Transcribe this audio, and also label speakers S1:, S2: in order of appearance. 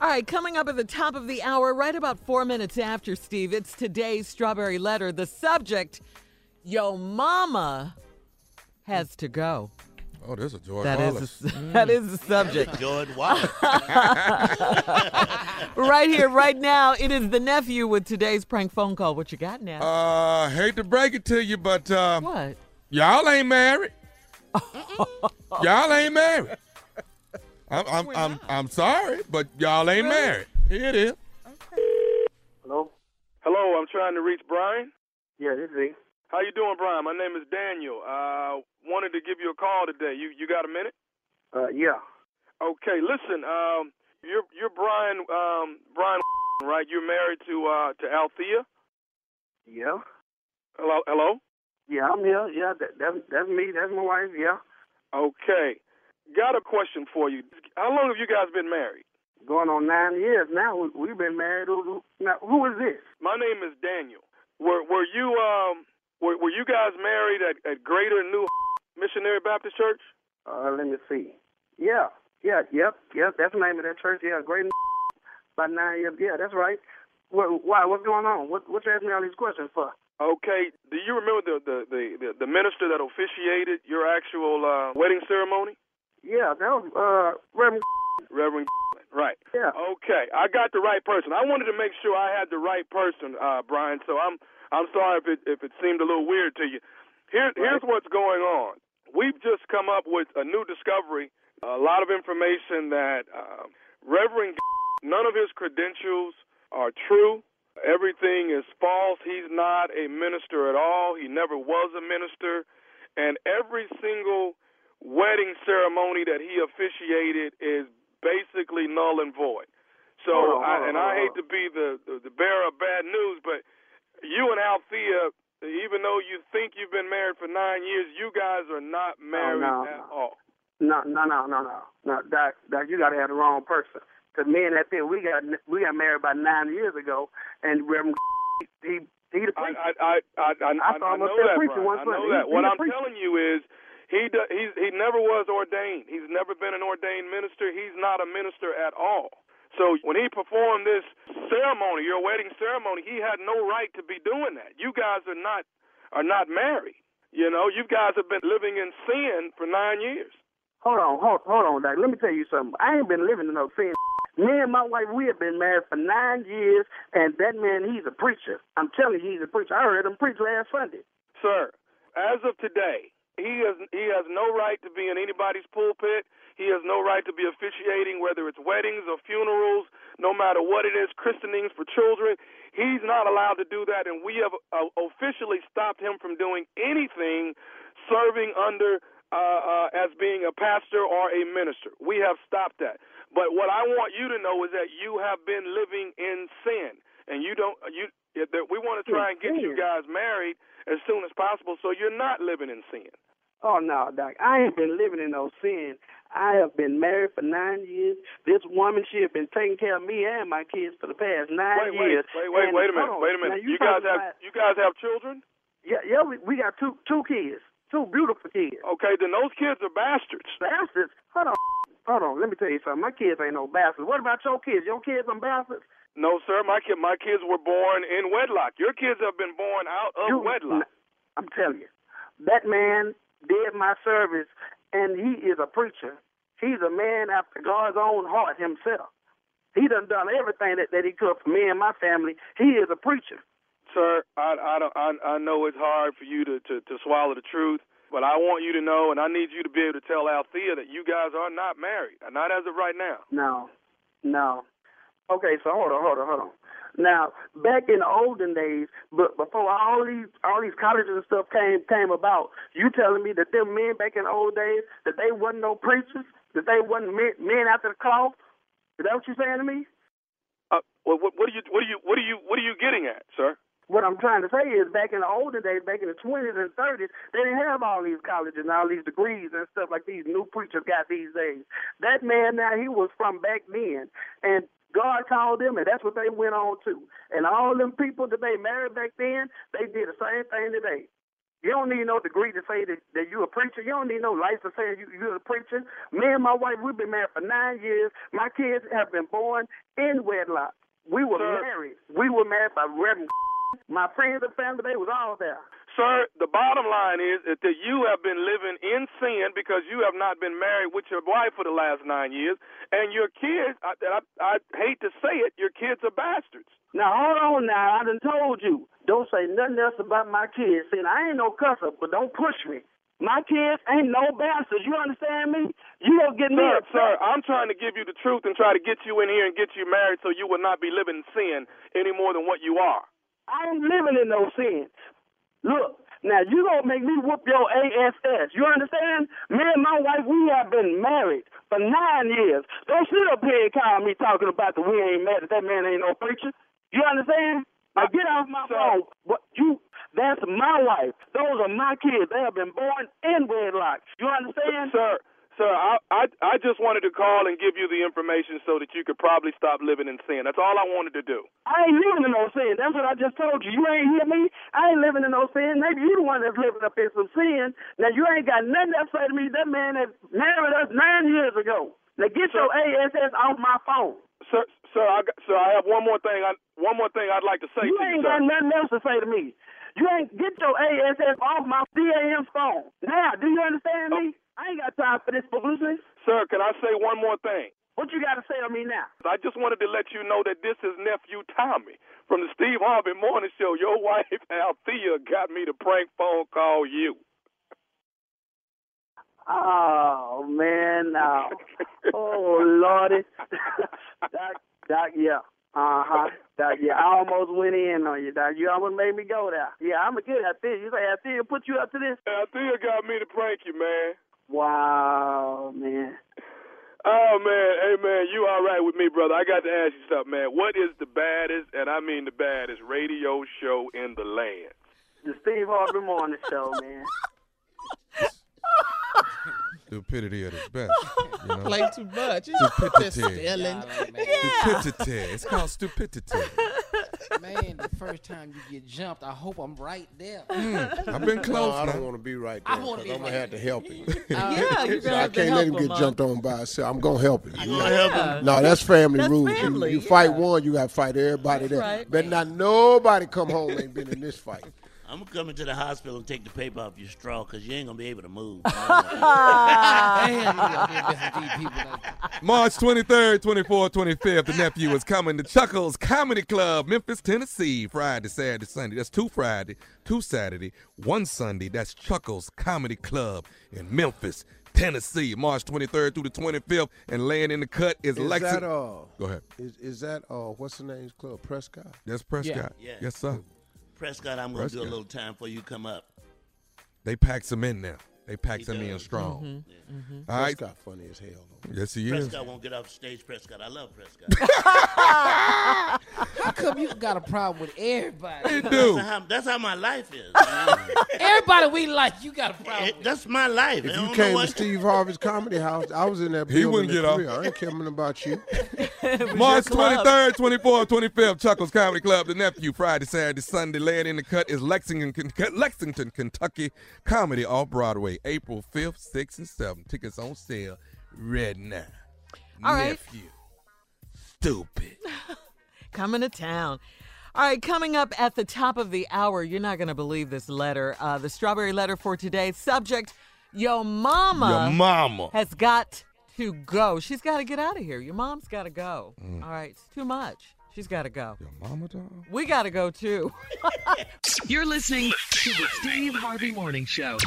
S1: All right, coming up at the top of the hour, right about four minutes after, Steve, it's today's strawberry letter. The subject, Yo Mama has to go.
S2: Oh, there's a George
S1: That is
S2: Wallace.
S1: the, that is the subject.
S3: Good Wallace.
S1: right here, right now, it is the nephew with today's prank phone call. What you got now?
S2: Uh, hate to break it to you, but uh,
S1: what?
S2: y'all ain't married. y'all ain't married. I'm I'm, I'm I'm sorry, but y'all ain't married. Here it is.
S4: Hello?
S5: Hello, I'm trying to reach Brian.
S4: Yeah, this is
S5: How you doing, Brian? My name is Daniel. I wanted to give you a call today. You you got a minute?
S4: Uh, yeah.
S5: Okay, listen. Um, you're you're Brian um Brian right? You're married to uh to Althea.
S4: Yeah.
S5: Hello, hello.
S4: Yeah, I'm here. Yeah, that, that's, that's me. That's my wife. Yeah.
S5: Okay, got a question for you. How long have you guys been married?
S4: Going on nine years now. We- We've been married. Who- who- Now, who is this?
S5: My name is Daniel. Were were you um were were you guys married at at Greater New Missionary Baptist Church?
S4: Uh, let me see. Yeah. Yeah, yep, yep. That's the name of that church. Yeah, great. About nine years. Yeah, that's right. What, why? What's going on? What, what you asking me all these questions for?
S5: Okay, do you remember the the the, the, the minister that officiated your actual uh, wedding ceremony,
S4: Yeah, that was, uh, Reverend.
S5: Reverend? Right.
S4: Yeah.
S5: Okay, I got the right person. I wanted to make sure I had the right person, uh, Brian. So I'm I'm sorry if it if it seemed a little weird to you. Here here's what's going on. We've just come up with a new discovery, a lot of information that uh, Reverend none of his credentials are true. Everything is false. He's not a minister at all. He never was a minister, and every single wedding ceremony that he officiated is basically null and void. So,
S4: Hold on, hold
S5: I,
S4: on,
S5: and
S4: hold
S5: I
S4: on.
S5: hate to be the, the the bearer of bad news, but you and Althea, even though you think you've been married for nine years, you guys are not married
S4: Oh, no,
S5: at
S4: no.
S5: all.
S4: No, no, no, no, no, no, Doc, Doc, you gotta have the wrong person. 'Cause me and that thing, we got we got married about nine years ago, and Reverend he he the preacher.
S5: I, I, I, I, I,
S4: I saw
S5: I
S4: him up
S5: know
S4: there
S5: that.
S4: preaching one
S5: Brian. I
S4: Sunday.
S5: know
S4: He-
S5: that.
S4: he
S5: What
S4: the
S5: I'm
S4: preacher.
S5: telling you is, he do, he's, he never was ordained. He's never been an ordained minister. He's not a minister at all. So when he performed this ceremony, your wedding ceremony, he had no right to be doing that. You guys are not are not married. You know, you guys have been living in sin for nine years.
S4: Hold on, hold, hold on, Doc. Let me tell you something. I ain't been living in no sin. Me and my wife, we have been married for nine years, and that man, he's a preacher. I'm telling you, he's a preacher. I heard him preach last Sunday.
S5: Sir, as of today, he has he has no right to be in anybody's pulpit. He has no right to be officiating, whether it's weddings or funerals, no matter what it is, christenings for children. He's not allowed to do that, and we have uh, officially stopped him from doing anything serving under uh, uh, as being a pastor or a minister. We have stopped that. But what I want you to know is that you have been living in sin, and you don't. You that we want to try and get you guys married as soon as possible, so you're not living in sin.
S4: Oh no, Doc. I ain't been living in no sin. I have been married for nine years. This woman, she has been taking care of me and my kids for the past nine
S5: Wait, wait,
S4: years.
S5: wait,
S4: And-
S5: wait, wait a
S4: hold
S5: minute,
S4: on.
S5: wait a
S4: Now,
S5: minute.
S4: you
S5: You guys
S4: talking
S5: have
S4: about-
S5: you guys have children?
S4: yeah, yeah. We, we got two two kids, two beautiful kids.
S5: Okay, then those kids are bastards.
S4: Bastards. Hold on, hold on. Let me tell you something. My kids ain't no bastards. What about your kids? Your kids are bastards.
S5: No, sir, my kid, my kids were born in wedlock. Your kids have been born out of
S4: You-
S5: wedlock.
S4: I'm telling you, that man did my service, and he is a preacher. He's a man after God's own heart himself. He done done everything that, that he could for me and my family. He is a preacher.
S5: sir, I, I, don't- I, I know it's hard for you to, to, to swallow the truth, but I want you to know, and I need you to be able to tell Althea that you guys are not married, not as of right now.
S4: No, no. Okay, so hold on, hold on, hold on. Now, back in the olden days, but before all these all these colleges and stuff came came about, you telling me that them men back in the old days that they wasn't no preachers, that they wasn't men, men after the cloth. Is that what you saying to me?
S5: Uh, what, what, what are you, what are you, what are you, what are you getting at, sir?
S4: What I'm trying to say is, back in the olden days, back in the 20s and 30s, they didn't have all these colleges and all these degrees and stuff like these new preachers got these days. That man now, he was from back then, and God called them, and that's what they went on to. And all them people that they married back then, they did the same thing today. You don't need no degree to say that, that you a preacher. You don't need no license saying you, you're a preacher. Me and my wife, we've been married for nine years. My kids have been born in wedlock. We were
S5: Sir.
S4: married. We were married by Reverend. My friends and family, they was all there.
S5: Sir, the bottom line is that the- you have been living in sin because you have not been married with your wife for the last nine years, and your kids, I, I, I hate to say it, your kids are bastards.
S4: Now hold on now, I done told you. Don't say nothing else about my kids. See, I ain't no cusser, but don't push me. My kids ain't no bastards. You understand me? You gonna get me
S5: Sir,
S4: upset.
S5: sir, I'm trying to give you the truth and try to get you in here and get you married so you will not be living in sin any more than what you are.
S4: I ain't living in no sin. Look, now you gonna make me whoop your ass. You understand? Me and my wife, we have been married for nine years. Don't sit up here and call me talking about that we ain't mad that that man ain't no preacher. You understand? Now get off my
S5: Sir.
S4: phone. What you? That's my wife. Those are my kids. They have been born in wedlock. You understand?
S5: Sir, sir, I, I I just wanted to call and give you the information so that you could probably stop living in sin. That's all I wanted to do.
S4: I ain't living in no sin. That's what I just told you. You ain't hear me. I ain't living in no sin. Maybe you the one that's living up in some sin. Now you ain't got nothing to say to me. That man that married us nine years ago. Now get your ASS off my phone.
S5: Sir, sir, I, got- sir, I have one more thing. I, one more thing I'd like to say
S4: You
S5: to you,
S4: ain't
S5: sir.
S4: got nothing else to say to me. You ain't get your ASS off my DAM phone. Now, do you understand me? Oh. I ain't got time for this foolishness.
S5: Sir, can I say one more thing?
S4: What you got to say to me now?
S5: I just wanted to let you know that this is nephew Tommy from the Steve Harvey Morning Show. Your wife Althea got me to prank phone call you.
S4: Oh man, no. Oh lordy, Doc, Doc, yeah, uh huh, Doc, yeah. I almost went in on you, Doc. You almost made me go there. Yeah, I'm gonna get out there. You say I still put you up to this?
S5: Althea got me to prank you, man.
S4: Wow, man.
S5: Oh man, hey man, you all right with me, brother? I got to ask you something, man. What is the baddest, and I mean the baddest, radio show in the land?
S4: The Steve Harvey Morning Show, man.
S2: Stupidity at its best. You know?
S3: Play too much. You just
S2: Stupidity.
S3: stealing.
S2: Stupidity. It's called stupidity.
S6: Man, the first time you get jumped, I hope I'm right there.
S2: I've been
S7: No,
S2: close.
S7: I don't
S2: man.
S7: want to be right
S6: I
S7: there.
S6: wanna
S7: 'cause
S6: be
S7: I'm
S6: right
S7: gonna have to help it.
S1: Yeah, you're
S7: So
S1: gonna have
S7: I
S1: to
S7: can't let him
S1: help
S7: get
S1: huh?
S7: jumped on by himself. I'm gonna help him.
S1: Yeah.
S7: No, that's family
S1: That's
S7: rules. You-
S1: family,
S7: you, fight
S1: yeah.
S7: one, you got to fight everybody there.
S1: right.
S7: Better not nobody come home ain't been in this fight.
S8: I'm gonna come into the hospital and take the paper off your straw because you ain't gonna be able to move.
S6: Damn, you got different people like that.
S2: March 23rd, 24th, 25th, the nephew is coming to Chuckles Comedy Club, Memphis, Tennessee, Friday, Saturday, Sunday. That's two Friday, two Saturday, one Sunday. That's Chuckles Comedy Club in Memphis, Tennessee, March 23rd through the 25th. And laying in the cut is,
S7: Is
S2: Lexi.
S7: that uh?
S2: Go ahead.
S7: Is is that uh? What's the name's club? Prescott.
S2: That's Prescott.
S8: Yeah. Yeah.
S2: Yes, sir.
S8: Prescott, I'm gonna do
S2: Prescott.
S8: a little time before you come up.
S2: They pack some in now. They pack
S8: He
S2: some in
S8: does. Mm-hmm.
S2: strong. All right.
S7: Prescott funny as hell. though.
S2: Yes, he is.
S8: Prescott won't get off stage. Prescott, I love Prescott.
S6: How come you got a problem with everybody?
S2: He do.
S8: that's, how, that's how my life is. I mean,
S6: Everybody we like, you got a problem
S8: it-
S6: with.
S8: that's my life. I don't
S7: If you
S8: know
S7: came to
S8: what-
S7: Steve Harvey's comedy house, I was in that.
S2: He
S7: building
S2: wouldn't
S7: at
S2: get off.
S7: three. I ain't caring about you.
S2: March
S1: your club.
S2: 23rd, 24th, 25th, Chuckles Comedy Club, The Nephew, Friday, Saturday, Sunday. Laying in the cut is Lexington, Ken- Lexington, Kentucky Comedy off Broadway, April 5th, 6th, and 7th. Tickets on sale red now.
S1: All right.
S2: Nephew. Stupid.
S1: coming to town. All right, coming up at the top of the hour, you're not going to believe this letter. Uh, the strawberry letter for today. Subject Your mama
S2: Your mama.
S1: has got to go. She's got to get out of here. Your mom's got to go. All right, it's too much. She's got to go.
S2: Your mama, dog?
S1: We got to go too.
S9: You're listening to the Steve Harvey Morning Show.